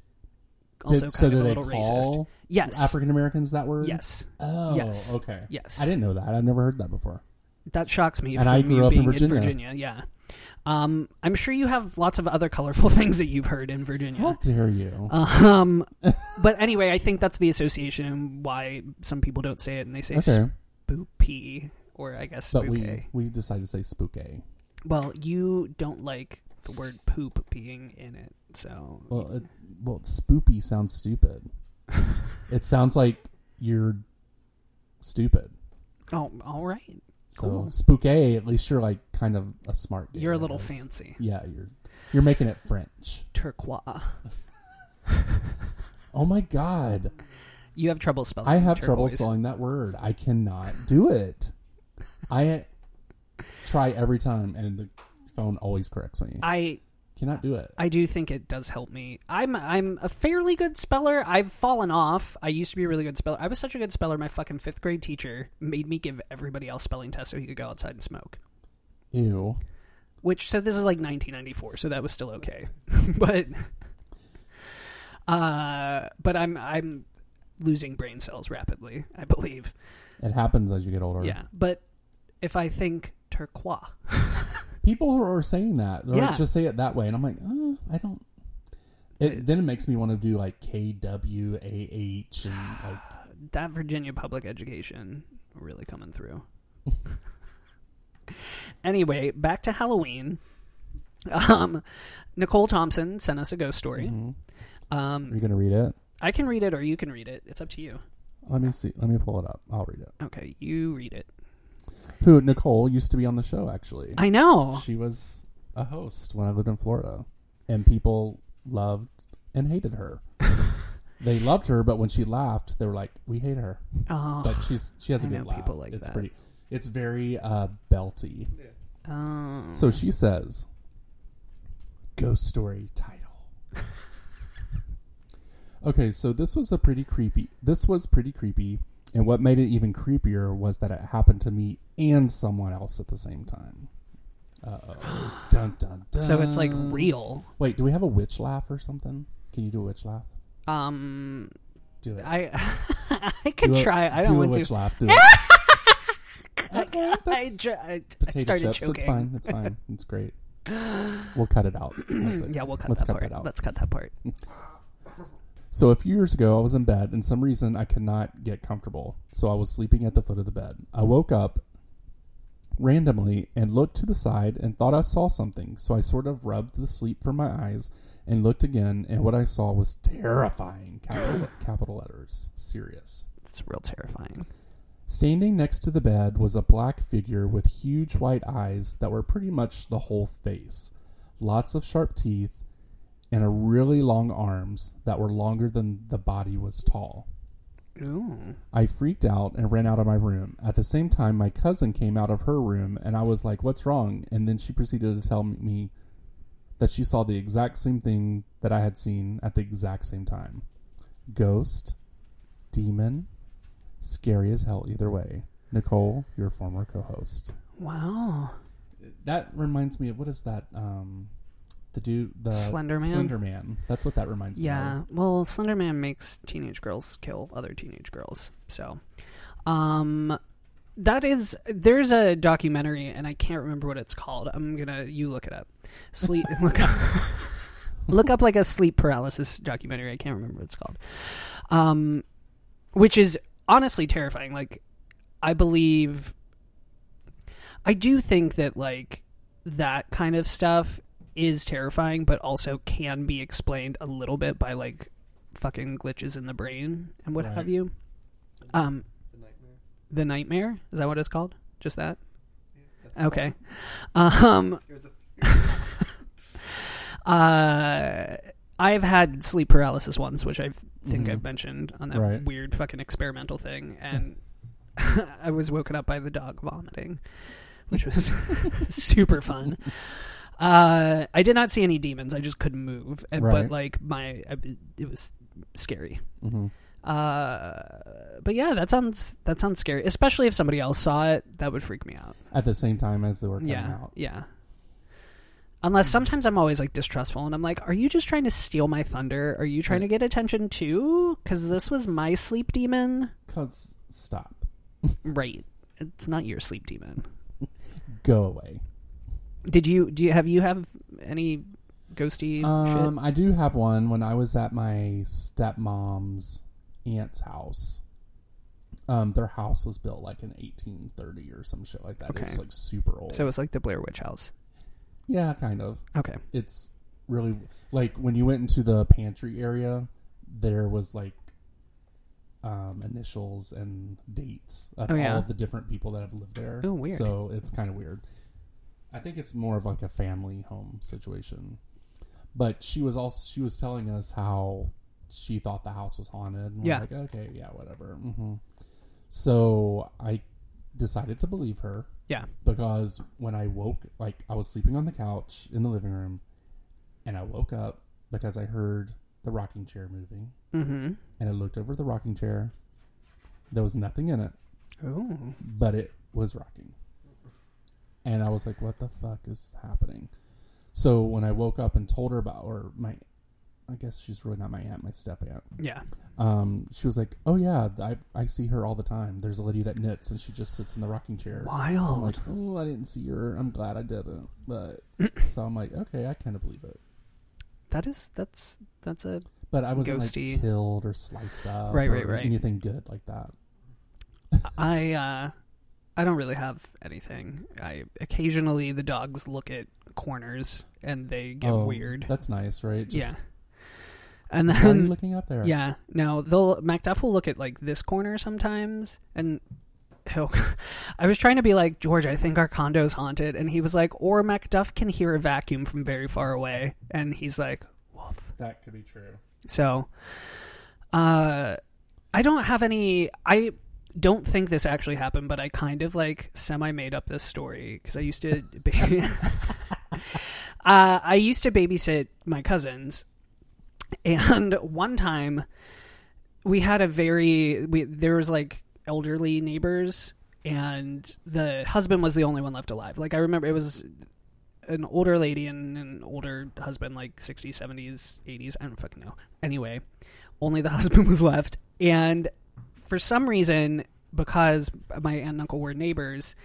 Speaker 5: also kind
Speaker 4: Did- so
Speaker 5: of
Speaker 4: do
Speaker 5: a
Speaker 4: they
Speaker 5: little racist.
Speaker 4: call
Speaker 5: Yes.
Speaker 4: African Americans that word?
Speaker 5: Yes.
Speaker 4: Oh,
Speaker 5: Yes.
Speaker 4: okay.
Speaker 5: Yes.
Speaker 4: I didn't know that. I've never heard that before.
Speaker 5: That shocks me.
Speaker 4: And
Speaker 5: from
Speaker 4: I
Speaker 5: you
Speaker 4: grew up in
Speaker 5: being
Speaker 4: Virginia.
Speaker 5: Virginia, yeah. Um, I'm sure you have lots of other colorful things that you've heard in Virginia.
Speaker 4: How dare you?
Speaker 5: Um, but anyway, I think that's the association and why some people don't say it and they say
Speaker 4: okay.
Speaker 5: spoopy or I guess
Speaker 4: But
Speaker 5: spooky.
Speaker 4: we we decided to say spooky.
Speaker 5: Well, you don't like the word poop being in it, so
Speaker 4: Well, it, well, spoopy sounds stupid. it sounds like you're stupid.
Speaker 5: oh, all right.
Speaker 4: So
Speaker 5: Cool.
Speaker 4: spooky, at least you're like kind of a smart. Dude,
Speaker 5: You're a
Speaker 4: I
Speaker 5: little
Speaker 4: guess.
Speaker 5: fancy.
Speaker 4: Yeah, you're you're making it French.
Speaker 5: Turquoise.
Speaker 4: Oh my god,
Speaker 5: You have trouble spelling.
Speaker 4: I have trouble
Speaker 5: turquoise.
Speaker 4: spelling that word. I cannot do it. I try every time, and the phone always corrects me.
Speaker 5: I
Speaker 4: cannot do it.
Speaker 5: I do think it does help me. I'm I'm a fairly good speller. I've fallen off. I used to be a really good speller. I was such a good speller. My fucking fifth grade teacher made me give everybody else spelling tests so he could go outside and smoke.
Speaker 4: Ew.
Speaker 5: which so this is like 1994 so that was still okay but uh but i'm i'm losing brain cells rapidly i believe
Speaker 4: It happens as you get older.
Speaker 5: yeah but if i think turquoise
Speaker 4: people who are saying that. They're like,
Speaker 5: Yeah.
Speaker 4: just say it that way, and I'm like, oh, I don't. It, then it makes me want to do like K W A H and like
Speaker 5: that virginia public education really coming through Anyway, back to Halloween. Um, Nicole Thompson sent us a ghost story. Um,
Speaker 4: Are you going to read it?
Speaker 5: I can read it or you can read it. It's up to you.
Speaker 4: Let me see. Let me pull it up. I'll read it.
Speaker 5: Okay, you read it.
Speaker 4: Who Nicole used to be on the show actually.
Speaker 5: I know.
Speaker 4: she was a host when I lived in Florida, and people loved and hated her. they loved her, but when she laughed, they were like, "We hate her."
Speaker 5: Oh,
Speaker 4: But she's she has a
Speaker 5: I
Speaker 4: good
Speaker 5: know
Speaker 4: laugh.
Speaker 5: people like
Speaker 4: it's
Speaker 5: that.
Speaker 4: pretty. It's very uh, belty.
Speaker 5: um,
Speaker 4: So she says, Ghost Story title. okay, so this was a pretty creepy. This was pretty creepy, and what made it even creepier was that it happened to me and someone else at the same time. Uh oh. dun, dun, dun.
Speaker 5: so it's like real.
Speaker 4: Wait, do we have a witch laugh or something? Can you do a witch laugh?
Speaker 5: Um,
Speaker 4: Do it.
Speaker 5: I I could
Speaker 4: do a-
Speaker 5: try. I
Speaker 4: do
Speaker 5: don't
Speaker 4: a
Speaker 5: want
Speaker 4: witch
Speaker 5: to.
Speaker 4: laugh. Do it. Okay,
Speaker 5: I,
Speaker 4: that's
Speaker 5: ju- I, I
Speaker 4: potato
Speaker 5: started
Speaker 4: chips.
Speaker 5: choking.
Speaker 4: It's fine. It's fine. It's great. We'll cut it out. That's it.
Speaker 5: Yeah, we'll cut
Speaker 4: Let's
Speaker 5: that
Speaker 4: cut
Speaker 5: part.
Speaker 4: that out.
Speaker 5: Let's cut that part.
Speaker 4: So a few years ago, I was in bed, and some reason I could not get comfortable. So I was sleeping at the foot of the bed. I woke up randomly and looked to the side and thought I saw something. So I sort of rubbed the sleep from my eyes and looked again, and what I saw was terrifying. Capital, capital letters, serious.
Speaker 5: It's real terrifying.
Speaker 4: Standing next to the bed was a black figure with huge white eyes that were pretty much the whole face, lots of sharp teeth, and a really long arms that were longer than the body was tall.
Speaker 5: Ooh.
Speaker 4: I freaked out and ran out of my room. At the same time, my cousin came out of her room and I was like, What's wrong? And then she proceeded to tell me that she saw the exact same thing that I had seen at the exact same time ghost, demon, scary as hell either way. Nicole, your former co host.
Speaker 5: Wow.
Speaker 4: That reminds me of what is that? Um, the dude, the
Speaker 5: Slender Man?
Speaker 4: Slender Man. That's what that reminds me
Speaker 5: Yeah.
Speaker 4: of.
Speaker 5: Well, Slender Man makes teenage girls kill other teenage girls. So, um, that is there's a documentary, and I can't remember what it's called. I'm gonna you look it up. Sleep. look, up, look up like a sleep paralysis documentary. I can't remember what it's called. Um, which is honestly terrifying. Like, I believe. I do think that like that kind of stuff is terrifying, but also can be explained a little bit by like fucking glitches in the brain and what
Speaker 4: Right.
Speaker 5: have you. Um,
Speaker 6: The nightmare.
Speaker 5: the nightmare is that what it's called? Just that?
Speaker 6: That's
Speaker 5: Okay. Um,
Speaker 6: It was a
Speaker 5: uh, I've had sleep paralysis once, which I think I've mentioned on that
Speaker 4: Right.
Speaker 5: weird fucking experimental thing, and I was woken up by the dog vomiting, which was super fun. Uh, I did not see any demons. I just couldn't move, and, but
Speaker 4: Right.
Speaker 5: like my, I, it was scary.
Speaker 4: Mhm.
Speaker 5: Uh, but yeah, that sounds that sounds scary, especially if somebody else saw it. That would freak me out.
Speaker 4: At the same time as they were coming
Speaker 5: Yeah.
Speaker 4: out.
Speaker 5: Yeah. Unless sometimes I'm always like distrustful and I'm like, are you just trying to steal my thunder? Are you trying to get attention too? Because this was my sleep demon.
Speaker 4: Because stop.
Speaker 5: Right. It's not your sleep demon.
Speaker 4: Go away.
Speaker 5: Did you, do you, have you have any ghosty
Speaker 4: Um,
Speaker 5: shit?
Speaker 4: I do have one. When I was at my stepmom's aunt's house, um, their house was built like in 1830 or some shit like that. It's
Speaker 5: Okay.
Speaker 4: like super old.
Speaker 5: So it's like the Blair Witch house.
Speaker 4: yeah, kind of.
Speaker 5: Okay.
Speaker 4: It's really like when you went into the pantry area, there was like um, initials and dates of
Speaker 5: Oh, yeah.
Speaker 4: all of the different people that have lived there.
Speaker 5: Oh, weird.
Speaker 4: So it's kind of weird. I think it's more of like a family home situation. But she was also she was telling us how she thought the house was haunted. And we're
Speaker 5: Yeah.
Speaker 4: Like okay, yeah, whatever. hmm So I decided to believe her
Speaker 5: Yeah.
Speaker 4: because when I woke, like I was sleeping on the couch in the living room, and I woke up because I heard the rocking chair moving,
Speaker 5: Mm-hmm.
Speaker 4: and I looked over the rocking chair. There was nothing in it,
Speaker 5: Oh.
Speaker 4: but it was rocking, and I was like, "What the fuck is happening?" So when I woke up and told her about, or my, I guess she's really not my aunt, my step aunt.
Speaker 5: Yeah.
Speaker 4: Um, she was like, "Oh yeah, I I see her all the time. There's a lady that knits, and she just sits in the rocking chair." I'm
Speaker 5: Wild.
Speaker 4: like, oh, I didn't see her. I'm glad I didn't. But so I'm like, okay, I kind of believe it.
Speaker 5: That is, that's, that's a,
Speaker 4: But I wasn't
Speaker 5: Ghosty.
Speaker 4: like killed or sliced up,
Speaker 5: Right,
Speaker 4: or
Speaker 5: right, right.
Speaker 4: Anything good like that?
Speaker 5: I, uh, I don't really have anything. I occasionally the dogs look at corners and they get
Speaker 4: Oh,
Speaker 5: weird.
Speaker 4: That's nice, right? Just,
Speaker 5: yeah. And
Speaker 4: Why are you
Speaker 5: then
Speaker 4: looking up there?
Speaker 5: yeah, no, they'll MacDuff will look at like this corner sometimes, and he'll. I was trying to be like George. I think our condo's haunted, and he was like, or MacDuff can hear a vacuum from very far away, and he's like, woof.
Speaker 4: that could be true.
Speaker 5: So, uh, I don't have any. I don't think this actually happened, but I kind of like semi made up this story because I used to. ba- uh, I used to babysit my cousins, and one time we had a very we there was like elderly neighbors and the husband was the only one left alive like i remember it was an older lady and an older husband like 60s 70s 80s i don't fucking know anyway only the husband was left and for some reason because my aunt and uncle were neighbors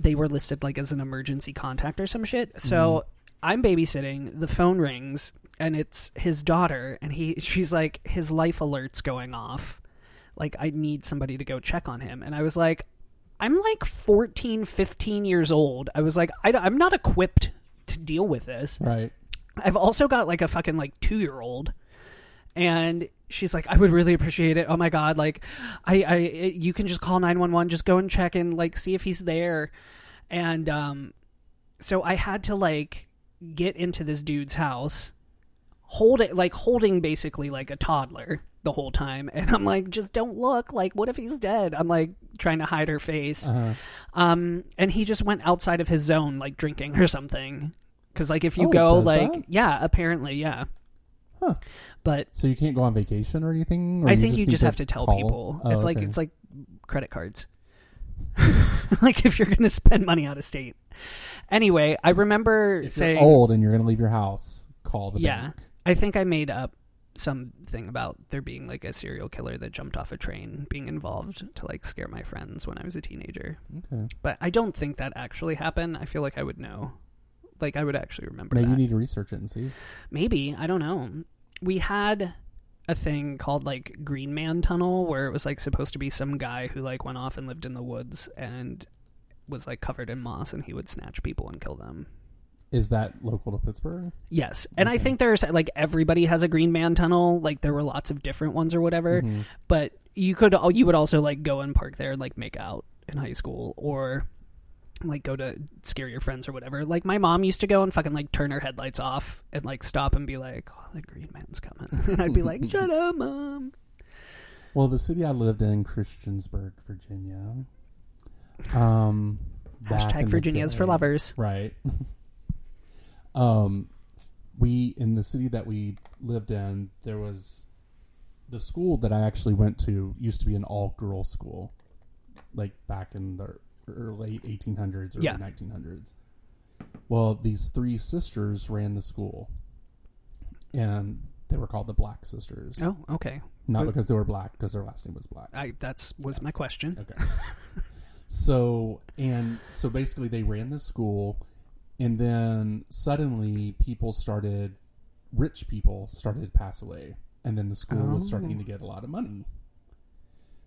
Speaker 5: they were listed like as an emergency contact or some shit. So I'm babysitting, the phone rings and it's his daughter and he she's like his life alerts going off. Like I need somebody to go check on him and I was like I'm like 14, 15 years old. I was like I, I'm not equipped to deal with this.
Speaker 4: Right.
Speaker 5: I've also got like a fucking like two year old, and she's like, I would really appreciate it. Oh my god, like, I, I, you can just call nine one one, just go and check and like see if he's there, and um, so I had to like get into this dude's house, hold it like holding basically like a toddler the whole time, and I'm like, just don't look. Like, what if he's dead? I'm like trying to hide her face.
Speaker 4: Uh-huh.
Speaker 5: Um, and he just went outside of his zone, like drinking or something. Because like if you
Speaker 4: Oh, it
Speaker 5: go
Speaker 4: does
Speaker 5: like
Speaker 4: that?
Speaker 5: yeah, apparently yeah.
Speaker 4: Huh.
Speaker 5: But
Speaker 4: So you can't go on vacation or anything. Or
Speaker 5: I think you
Speaker 4: need
Speaker 5: just have to tell
Speaker 4: call?
Speaker 5: people.
Speaker 4: Oh,
Speaker 5: it's like
Speaker 4: okay.
Speaker 5: it's like credit cards. like if you're gonna spend money out of state. Anyway, I remember
Speaker 4: if
Speaker 5: saying
Speaker 4: you're old and you're going to leave your house. Call the
Speaker 5: yeah.
Speaker 4: bank.
Speaker 5: I think I made up something about there being like a serial killer that jumped off a train being involved to like scare my friends when I was a teenager.
Speaker 4: Okay.
Speaker 5: But I don't think that actually happened. I feel like I would know. Like I would actually remember
Speaker 4: Maybe
Speaker 5: that.
Speaker 4: you need to research it and see.
Speaker 5: Maybe, I don't know. We had a thing called like Green Man Tunnel where it was like supposed to be some guy who like went off and lived in the woods and was like covered in moss and he would snatch people and kill them.
Speaker 4: Is that local to Pittsburgh?
Speaker 5: Yes. And I think there's like everybody has a Green Man Tunnel, like there were lots of different ones or whatever,
Speaker 4: Mm-hmm.
Speaker 5: but you could al- you would also like go and park there and like make out in high school or like go to scare your friends or whatever. Like my mom used to go and fucking like turn her headlights off and like stop and be like, "Oh, the green man's coming," and I'd be like, "Shut up, mom."
Speaker 4: Well, the city I lived in, Christiansburg, Virginia. Um, back in
Speaker 5: Hashtag
Speaker 4: the
Speaker 5: Virginia is for
Speaker 4: day-
Speaker 5: lovers.
Speaker 4: Right. um, we in the city that we lived in, there was the school that I actually went to used to be an all-girl school, like back in the er- late 1800s, early
Speaker 5: Yeah.
Speaker 4: 1900s. Well, these three sisters ran the school, and they were called the Black Sisters.
Speaker 5: Oh, okay.
Speaker 4: Not
Speaker 5: But-
Speaker 4: because they were black, because their last name was Black.
Speaker 5: I that's was my question.
Speaker 4: Okay. so and so basically they ran the school and then suddenly people started rich people started to pass away and then the school was
Speaker 5: Oh.
Speaker 4: starting to get a lot of money.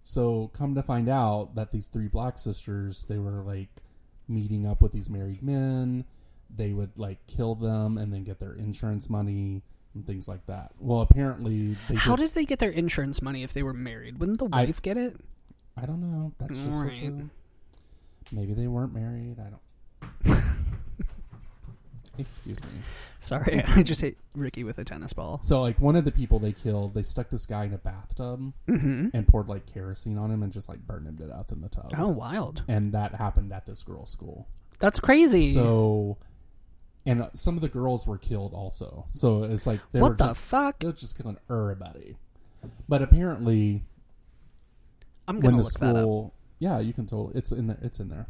Speaker 4: So come to find out that these three black sisters they were like meeting up with these married men, they would like kill them and then get their insurance money and things like that. Well, apparently they
Speaker 5: How
Speaker 4: did
Speaker 5: did they get their insurance money if they were married? Wouldn't the
Speaker 4: I-
Speaker 5: wife get it?
Speaker 4: I don't know. That's just what
Speaker 5: Right.
Speaker 4: the- maybe they weren't married. I don't. Excuse me.
Speaker 5: Sorry, I just hit Ricky with a tennis ball.
Speaker 4: So, like one of the people they killed, they stuck this guy in a bathtub and poured like kerosene on him and just like burned him to death in the tub.
Speaker 5: Mm-hmm. Oh, wild.
Speaker 4: And that happened at this girls' school.
Speaker 5: That's crazy.
Speaker 4: So, and uh, some of the girls were killed also. So it's like they were
Speaker 5: what the
Speaker 4: just
Speaker 5: fuck?
Speaker 4: they were just killing everybody. But apparently,
Speaker 5: I'm
Speaker 4: when
Speaker 5: gonna
Speaker 4: the
Speaker 5: look that up.
Speaker 4: school, yeah, you can totally it's in there. It's in there.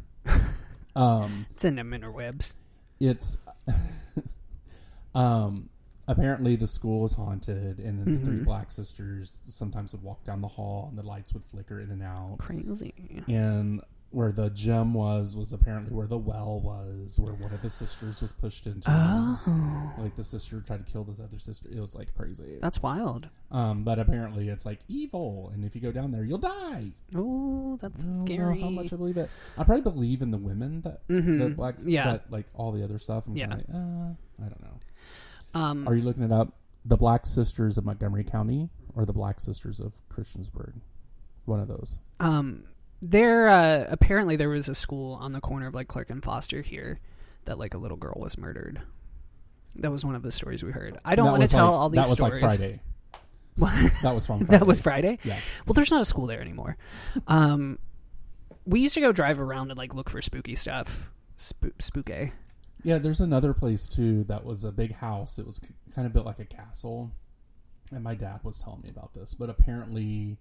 Speaker 4: um,
Speaker 5: It's in the interwebs.
Speaker 4: it's um apparently the school is haunted and then the three black sisters sometimes would walk down the hall and the lights would flicker in and out
Speaker 5: Crazy.
Speaker 4: and where the gem was was apparently where the well was, where one of the sisters was pushed into. Like the sister tried to kill this other sister. It was like crazy.
Speaker 5: That's wild.
Speaker 4: Um, but apparently it's like evil, and if you go down there, you'll die.
Speaker 5: Oh, that's
Speaker 4: I don't know
Speaker 5: scary. Mm-hmm.
Speaker 4: how much I believe it. I probably believe in the women that that blacks,
Speaker 5: Yeah.
Speaker 4: but like all the other stuff. I'm
Speaker 5: Yeah.
Speaker 4: kinda like, uh, I don't know.
Speaker 5: Um,
Speaker 4: Are you looking it up? The Black Sisters of Montgomery County or the Black Sisters of Christiansburg? One of those.
Speaker 5: um, there uh, apparently there was a school on the corner of like Clark and Foster here that like a little girl was murdered. That was one of the stories we heard. I don't
Speaker 4: That
Speaker 5: want to
Speaker 4: was,
Speaker 5: tell
Speaker 4: like-
Speaker 5: all these
Speaker 4: That was
Speaker 5: stories.
Speaker 4: like Friday. That was from Friday.
Speaker 5: that was Friday.
Speaker 4: Yeah.
Speaker 5: Well, there's not a school there anymore. Um, we used to go drive around and like look for spooky stuff. Spook, spooky.
Speaker 4: Yeah, there's another place too that was a big house. It was k- kind of built like a castle. And my dad was telling me about this, but apparently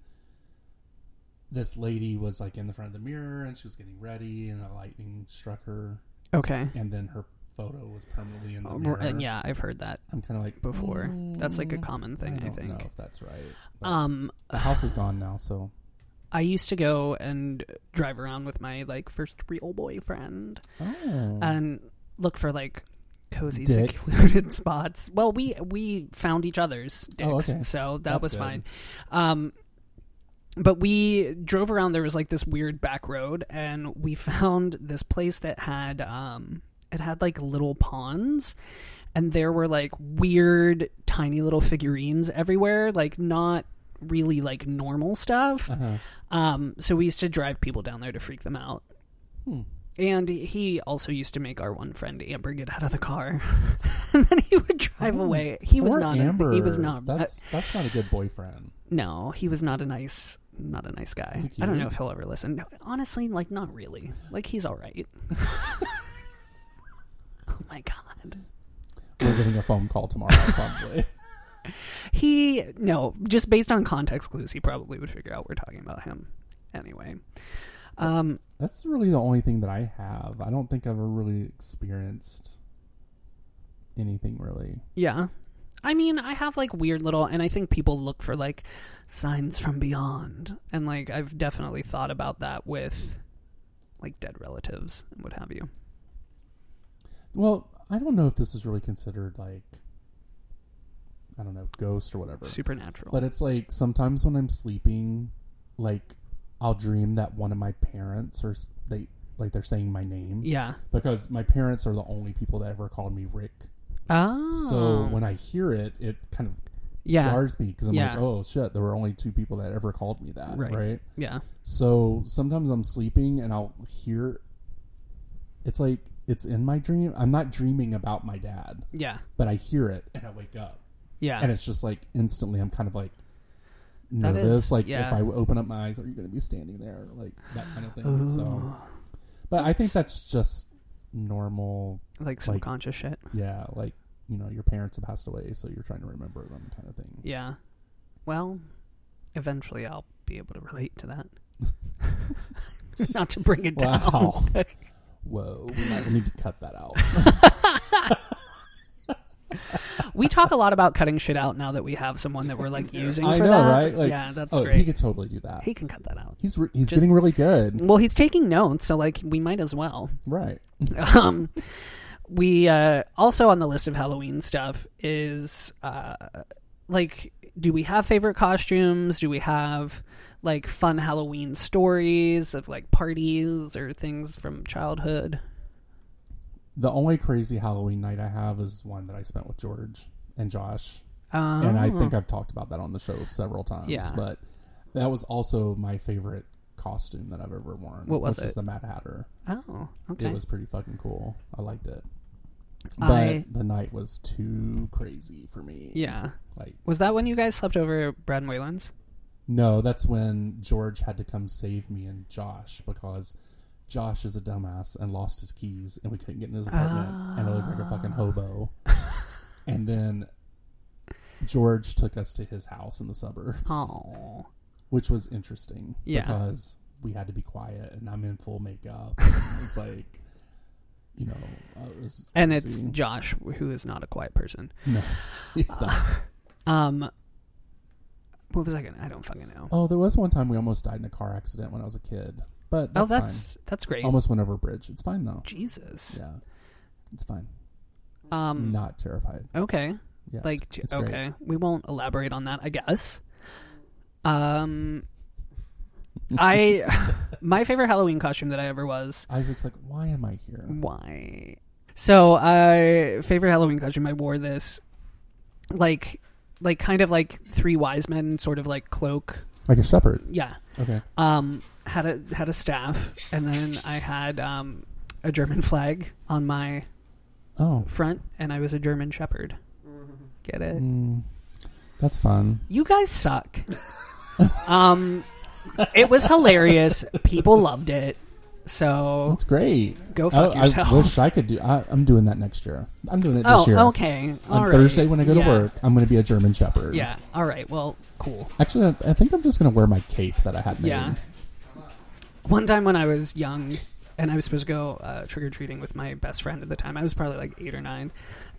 Speaker 4: this lady was like in the front of the mirror and she was getting ready and a lightning struck her
Speaker 5: Okay.
Speaker 4: and then her photo was permanently in the
Speaker 5: Um,
Speaker 4: mirror.
Speaker 5: and yeah, I've heard that
Speaker 4: I'm kind of like
Speaker 5: before. That's like a common
Speaker 4: I
Speaker 5: thing, I,
Speaker 4: don't
Speaker 5: think.
Speaker 4: know if that's right. But
Speaker 5: Um,
Speaker 4: the house is gone now, so
Speaker 5: I used to go and drive around with my like first real boyfriend
Speaker 4: oh,
Speaker 5: and look for like cozy
Speaker 4: Dick.
Speaker 5: secluded spots. Well, we we found each other's dicks,
Speaker 4: Oh, okay.
Speaker 5: so that
Speaker 4: That's
Speaker 5: was
Speaker 4: good.
Speaker 5: fine. Um, but we drove around. There was like this weird back road, and we found this place that had um, it had like little ponds, and there were like weird tiny little figurines everywhere, like not really like normal stuff.
Speaker 4: Uh-huh.
Speaker 5: Um, so we used to drive people down there to freak them out. And he also used to make our one friend Amber get out of the car, and then he would drive away. He was
Speaker 4: Oh, Poor
Speaker 5: not.
Speaker 4: Amber.
Speaker 5: A, he was not.
Speaker 4: That's that's not a good boyfriend.
Speaker 5: No, he was not a nice, not a nice guy.
Speaker 4: he
Speaker 5: I don't
Speaker 4: cute?
Speaker 5: know if he'll ever listen. No, honestly, like not really. Like he's all right. oh my god.
Speaker 4: We're getting a phone call tomorrow, probably.
Speaker 5: He no, just based on context clues, he probably would figure out we're talking about him. Anyway, um,
Speaker 4: That's really the only thing that I have. I don't think I've ever really experienced anything really.
Speaker 5: yeah. I mean, I have like weird little, and I think people look for like signs from beyond, and like I've definitely thought about that with like dead relatives and what have you.
Speaker 4: Well, I don't know if this is really considered like I don't know, ghost or whatever.
Speaker 5: Supernatural.
Speaker 4: But it's like sometimes when I'm sleeping, like I'll dream that one of my parents or s- they like they're saying my name.
Speaker 5: yeah.
Speaker 4: Because my parents are the only people that ever called me Rick.
Speaker 5: Oh.
Speaker 4: So when I hear it, it kind of
Speaker 5: yeah.
Speaker 4: jars me because I'm
Speaker 5: Yeah.
Speaker 4: like, oh shit, there were only two people that ever called me that,
Speaker 5: Right.
Speaker 4: right?
Speaker 5: Yeah.
Speaker 4: So sometimes I'm sleeping and I'll hear. It's like it's in my dream. I'm not dreaming about my dad,
Speaker 5: Yeah.
Speaker 4: but I hear it and I wake up,
Speaker 5: Yeah.
Speaker 4: and it's just like instantly I'm kind of like
Speaker 5: Ah. That
Speaker 4: nervous.
Speaker 5: is-
Speaker 4: like
Speaker 5: yeah.
Speaker 4: if I open up my eyes, are you going to be standing there? Like that kind of thing. So, but I think that's just normal.
Speaker 5: like subconscious shit.
Speaker 4: Yeah, like you know, your parents have passed away, so you're trying to remember them, kind of thing.
Speaker 5: Yeah. Well, eventually I'll be able to relate to that. Not to bring it down.
Speaker 4: Wow. Whoa, we might need to cut that out.
Speaker 5: We talk a lot about cutting shit out now that we have someone that we're like using
Speaker 4: I
Speaker 5: for
Speaker 4: know,
Speaker 5: that.
Speaker 4: right? Like,
Speaker 5: yeah, that's
Speaker 4: oh, He
Speaker 5: great.
Speaker 4: could totally do that.
Speaker 5: He can cut that out.
Speaker 4: he's re- he's
Speaker 5: Just- Mm.
Speaker 4: getting really good,
Speaker 5: Well, he's taking notes, so like we might as well.
Speaker 4: right?
Speaker 5: um, we uh, also on the list of Halloween stuff is uh, like, do we have favorite costumes? Do we have like fun Halloween stories of like parties or things from childhood?
Speaker 4: The only crazy Halloween night I have is one that I spent with George and Josh,
Speaker 5: Um,
Speaker 4: and I think I've talked about that on the show several times.
Speaker 5: Yeah.
Speaker 4: But that was also my favorite costume that I've ever worn.
Speaker 5: What was
Speaker 4: which is
Speaker 5: it?
Speaker 4: the Mad Hatter.
Speaker 5: oh, okay.
Speaker 4: It was pretty fucking cool. I liked it. But
Speaker 5: I-
Speaker 4: the night was too crazy for me.
Speaker 5: yeah.
Speaker 4: Like
Speaker 5: Was that when you guys slept over at Brad and Wayland's?
Speaker 4: No, that's when George had to come save me and Josh because Josh is a dumbass and lost his keys and we couldn't get in his apartment and I looked like a
Speaker 5: Ah.
Speaker 4: fucking hobo. and then George took us to his house in the suburbs,
Speaker 5: Oh,
Speaker 4: which was interesting
Speaker 5: Yeah.
Speaker 4: because we had to be quiet and I'm in full makeup. it's like, you know, uh, it was
Speaker 5: and it's
Speaker 4: crazy.
Speaker 5: Josh, who is not a quiet person.
Speaker 4: no, it's not.
Speaker 5: Um, what was I gonna? I don't fucking know.
Speaker 4: Oh, there was one time we almost died in a car accident when I was a kid. But
Speaker 5: oh,
Speaker 4: that's
Speaker 5: that's that's great.
Speaker 4: fine. almost went over a bridge. It's fine though.
Speaker 5: Jesus.
Speaker 4: Yeah, uh, it's fine.
Speaker 5: Um.
Speaker 4: Not terrified.
Speaker 5: Okay.
Speaker 4: Yeah,
Speaker 5: like
Speaker 4: it's-
Speaker 5: j-
Speaker 4: it's great.
Speaker 5: okay, we won't elaborate on that, I guess. Um. I my favorite Halloween costume that I ever was
Speaker 4: Isaac's like, why am I here?
Speaker 5: why? So, uh, favorite Halloween costume. I wore this, like, like kind of like three wise men sort of like cloak.
Speaker 4: Like a shepherd.
Speaker 5: Yeah.
Speaker 4: Okay.
Speaker 5: Um, had a had a staff, and then I had um a German flag on my
Speaker 4: Oh,
Speaker 5: front, and I was a German Shepherd. Get it?
Speaker 4: that's fun.
Speaker 5: You guys suck. um, it was hilarious. People loved it. So
Speaker 4: That's great.
Speaker 5: Go fuck
Speaker 4: I,
Speaker 5: yourself.
Speaker 4: I wish I could do. I, I'm doing that next year. I'm doing it
Speaker 5: oh,
Speaker 4: this year.
Speaker 5: okay. all
Speaker 4: On
Speaker 5: right.
Speaker 4: Thursday when I go
Speaker 5: Yeah.
Speaker 4: to work, I'm going to be a German shepherd.
Speaker 5: Yeah. All right. Well, cool.
Speaker 4: Actually, I, I think I'm just going to wear my cape that I had made.
Speaker 5: Yeah. One time when I was young and I was supposed to go uh, trick or treating with my best friend at the time, I was probably like eight or nine.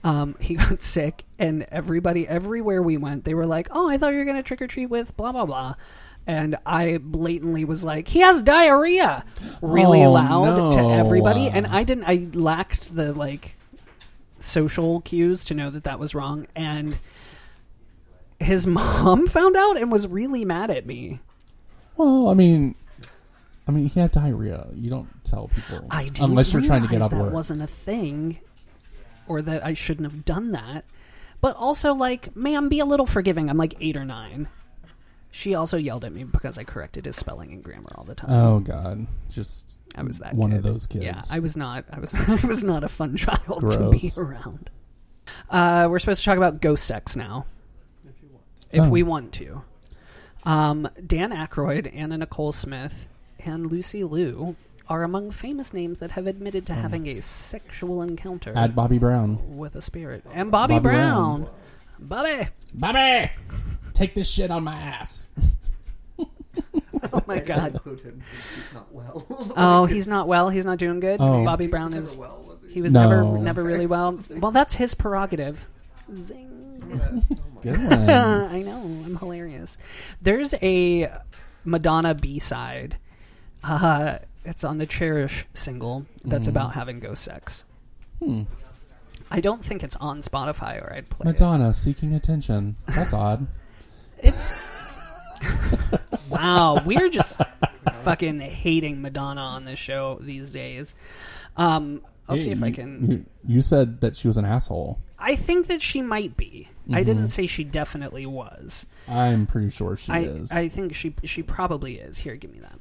Speaker 5: Um, he got sick, and everybody, everywhere we went, they were like, "Oh, I thought you were gonna trick or treat with blah blah blah," and I blatantly was like, "He has diarrhea," really
Speaker 4: Oh,
Speaker 5: loud to
Speaker 4: no.
Speaker 5: everybody, and I didn't. I lacked the like social cues to know that that was wrong, and his mom found out and was really mad at me.
Speaker 4: Well, I mean, I mean, he had diarrhea. You don't tell people
Speaker 5: I didn't
Speaker 4: unless you're trying to get
Speaker 5: realize
Speaker 4: up
Speaker 5: that
Speaker 4: work.
Speaker 5: wasn't a thing, or that I shouldn't have done that. But also, like, ma'am, be a little forgiving. I'm like eight or nine. She also yelled at me because I corrected his spelling and grammar all the time.
Speaker 4: Oh God, just
Speaker 5: I was that
Speaker 4: one of
Speaker 5: kid.
Speaker 4: those kids.
Speaker 5: Yeah, I was not. I was. I was not a fun child to be
Speaker 4: Gross.
Speaker 5: around. Uh, we're supposed to talk about ghost sex now, if
Speaker 4: Oh.
Speaker 5: we want to. Um, Dan Aykroyd, Anna Nicole Smith, and Lucy Liu are among famous names that have admitted
Speaker 4: Oh.
Speaker 5: to having a sexual encounter
Speaker 4: Add Bobby Brown.
Speaker 5: with a spirit. And Bobby,
Speaker 4: Bobby
Speaker 5: Brown.
Speaker 4: Brown.
Speaker 5: Bobby!
Speaker 4: Bobby, take this shit on my ass.
Speaker 5: Oh my god.
Speaker 6: include him since he's not well.
Speaker 5: Oh, he's not well. He's not doing good.
Speaker 4: Oh.
Speaker 5: Bobby Brown
Speaker 6: Never
Speaker 5: is.
Speaker 6: well, was he?
Speaker 5: He was
Speaker 4: No.
Speaker 5: never never really well. Well, that's his prerogative. Zing. Uh,
Speaker 4: Good one.
Speaker 5: I know. I'm hilarious. There's a Madonna B side. Uh, it's on the Cherish single that's
Speaker 4: Hmm.
Speaker 5: about having ghost sex. I don't think it's on Spotify or I'd play
Speaker 4: Madonna seeking attention. That's odd.
Speaker 5: it. It's. wow. We're just fucking hating Madonna on this show these days. Um, I'll see
Speaker 4: Hey,
Speaker 5: if I
Speaker 4: you-
Speaker 5: can.
Speaker 4: You, you said that she was an asshole.
Speaker 5: I think that she might be.
Speaker 4: Mm-hmm.
Speaker 5: I didn't say she definitely was.
Speaker 4: I'm pretty sure she
Speaker 5: I,
Speaker 4: is.
Speaker 5: I think she she probably is. Here, give me that.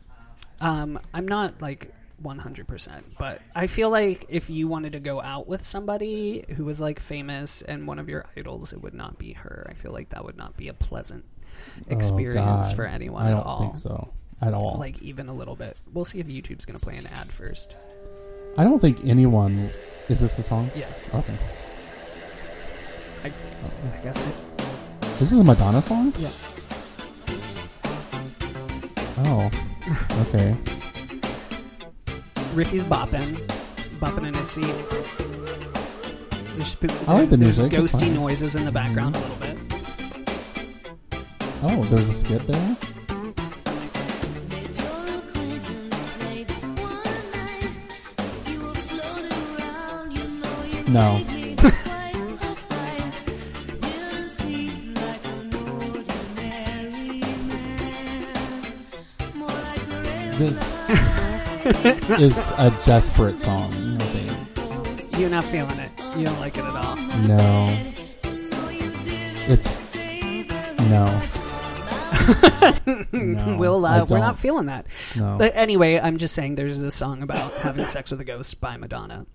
Speaker 5: Um, I'm not like 100%, but I feel like if you wanted to go out with somebody who was like famous and one of your idols, it would not be her. I feel like that would not be a pleasant
Speaker 4: Oh,
Speaker 5: experience
Speaker 4: God.
Speaker 5: for anyone
Speaker 4: I don't
Speaker 5: at all.
Speaker 4: think so at all.
Speaker 5: Like even a little bit. We'll see if YouTube's going to play an ad first.
Speaker 4: I don't think anyone. Is this the song?
Speaker 5: Yeah.
Speaker 4: Okay.
Speaker 5: I, I guess it,
Speaker 4: This is a Madonna song.
Speaker 5: yeah.
Speaker 4: Oh. Okay.
Speaker 5: Ricky's bopping, bopping in his seat. There's, sp-
Speaker 4: I like the
Speaker 5: there's
Speaker 4: music, it's
Speaker 5: ghosty
Speaker 4: fine.
Speaker 5: noises in the background a little bit.
Speaker 4: Oh, there's a skit there. No. This is a desperate song. I think.
Speaker 5: You're not feeling it. You don't like it at all.
Speaker 4: No. It's no. no
Speaker 5: Will,
Speaker 4: I
Speaker 5: uh, we're
Speaker 4: don't.
Speaker 5: not feeling that.
Speaker 4: No.
Speaker 5: But anyway, I'm just saying there's a song about having sex with a ghost by Madonna.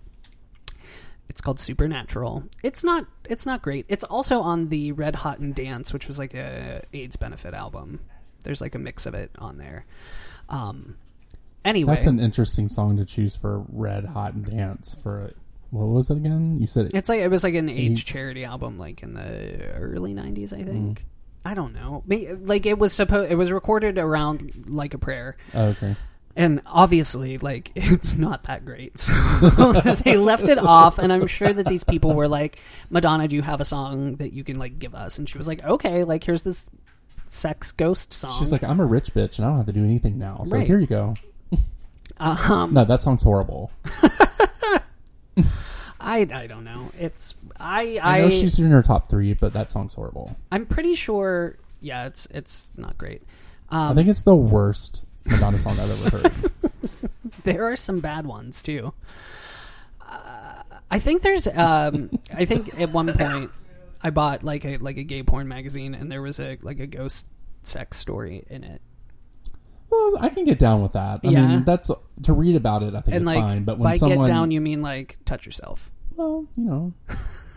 Speaker 5: It's called Supernatural. It's not. It's not great. It's also on the Red Hot and Dance, which was like a AIDS benefit album. There's like a mix of it on there. Um. Anyway,
Speaker 4: That's an interesting song to choose for Red Hot and Dance for what was it again? You said it.
Speaker 5: It's like it was like an AIDS
Speaker 4: AIDS. Mm.
Speaker 5: charity album, like in the early '90s, I think. I don't know. May- Like it was supposed, it was recorded around like a prayer,
Speaker 4: Oh, okay.
Speaker 5: and obviously, like it's not that great. So they left it off, and I'm sure that these people were like, "Madonna, do you have a song that you can like give us?" And she was like, "Okay, like here's this sex ghost song."
Speaker 4: She's like, I'm a rich bitch and I don't have to do anything now. So
Speaker 5: Right. Um,
Speaker 4: here you go. No, that sounds horrible.
Speaker 5: I, I don't know. It's I
Speaker 4: I,
Speaker 5: I,
Speaker 4: know she's in her top three, but that sounds horrible.
Speaker 5: I'm pretty sure. Yeah, it's it's not great. Um,
Speaker 4: I think it's the worst Madonna song I've ever heard.
Speaker 5: There are some bad ones too. Uh, I think there's. Um, I think at one point I bought like a like a gay porn magazine, and there was a like a ghost sex story in it.
Speaker 4: well, I can get down with that. I
Speaker 5: Yeah.
Speaker 4: mean, that's to read about it. I think
Speaker 5: And
Speaker 4: it's
Speaker 5: like
Speaker 4: fine, but
Speaker 5: by
Speaker 4: when someone,
Speaker 5: get down, you mean like touch yourself.
Speaker 4: well, you know,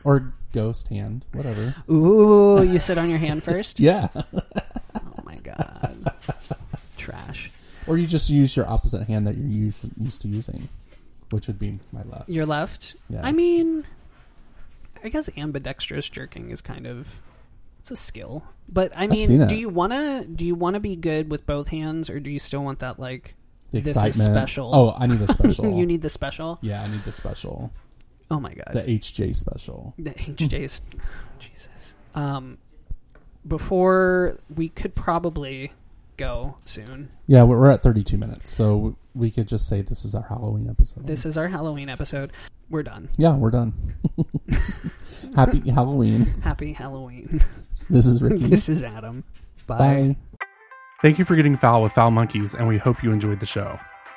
Speaker 4: or ghost hand, whatever.
Speaker 5: Ooh, you sit on your hand first.
Speaker 4: Yeah,
Speaker 5: Oh my god, trash.
Speaker 4: or you just use your opposite hand that you're used, used to using, which would be my left.
Speaker 5: Your left.
Speaker 4: Yeah.
Speaker 5: I mean, I guess ambidextrous jerking is kind of it's a skill, but I
Speaker 4: seen
Speaker 5: mean,
Speaker 4: it.
Speaker 5: do you wanna do you wanna be good with both hands, or do you still want that like
Speaker 4: the
Speaker 5: this is
Speaker 4: excitement.
Speaker 5: special.
Speaker 4: Oh, I need a special.
Speaker 5: you need the special?
Speaker 4: Yeah, I need the special.
Speaker 5: Oh my god,
Speaker 4: The HJ special.
Speaker 5: the HJs. Jesus. Um, before we could probably go soon.
Speaker 4: Yeah, we're we're at 32 minutes, so we could just say this is our Halloween episode.
Speaker 5: This is our Halloween episode. We're done.
Speaker 4: Yeah, we're done. Happy Halloween.
Speaker 5: Happy Halloween.
Speaker 4: This is Ricky.
Speaker 5: this is Adam. Bye.
Speaker 4: Bye. Thank you for getting foul with Foul Monkeys, and we hope you enjoyed the show.